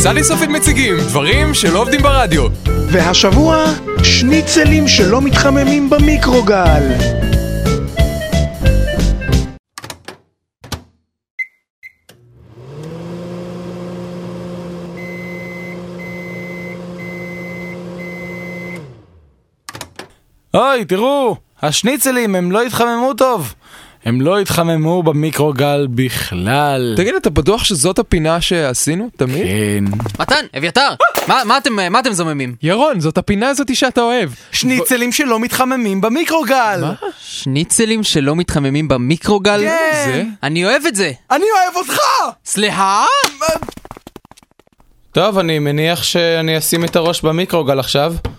סלי סופית מציגים דברים שלא עובדים ברדיו. והשבוע, שניצלים שלא מתחממים במיקרוגל. אוי, תראו, השניצלים הם לא התחממו טוב. הם לא התחממו במיקרוגל בכלל. תגיד, אתה בטוח שזאת הפינה שעשינו תמיד? כן. מתן, אביתר, מה- מה אתם- מה אתם זוממים? ירון, זאת הפינה הזאת שאתה אוהב. שניצלים שלא מתחממים במיקרוגל! מה? שניצלים שלא מתחממים במיקרוגל? כן. זה? אני אוהב את זה! אני אוהב אותך! סליחה? טוב, אני מניח שאני אשים את הראש במיקרוגל עכשיו.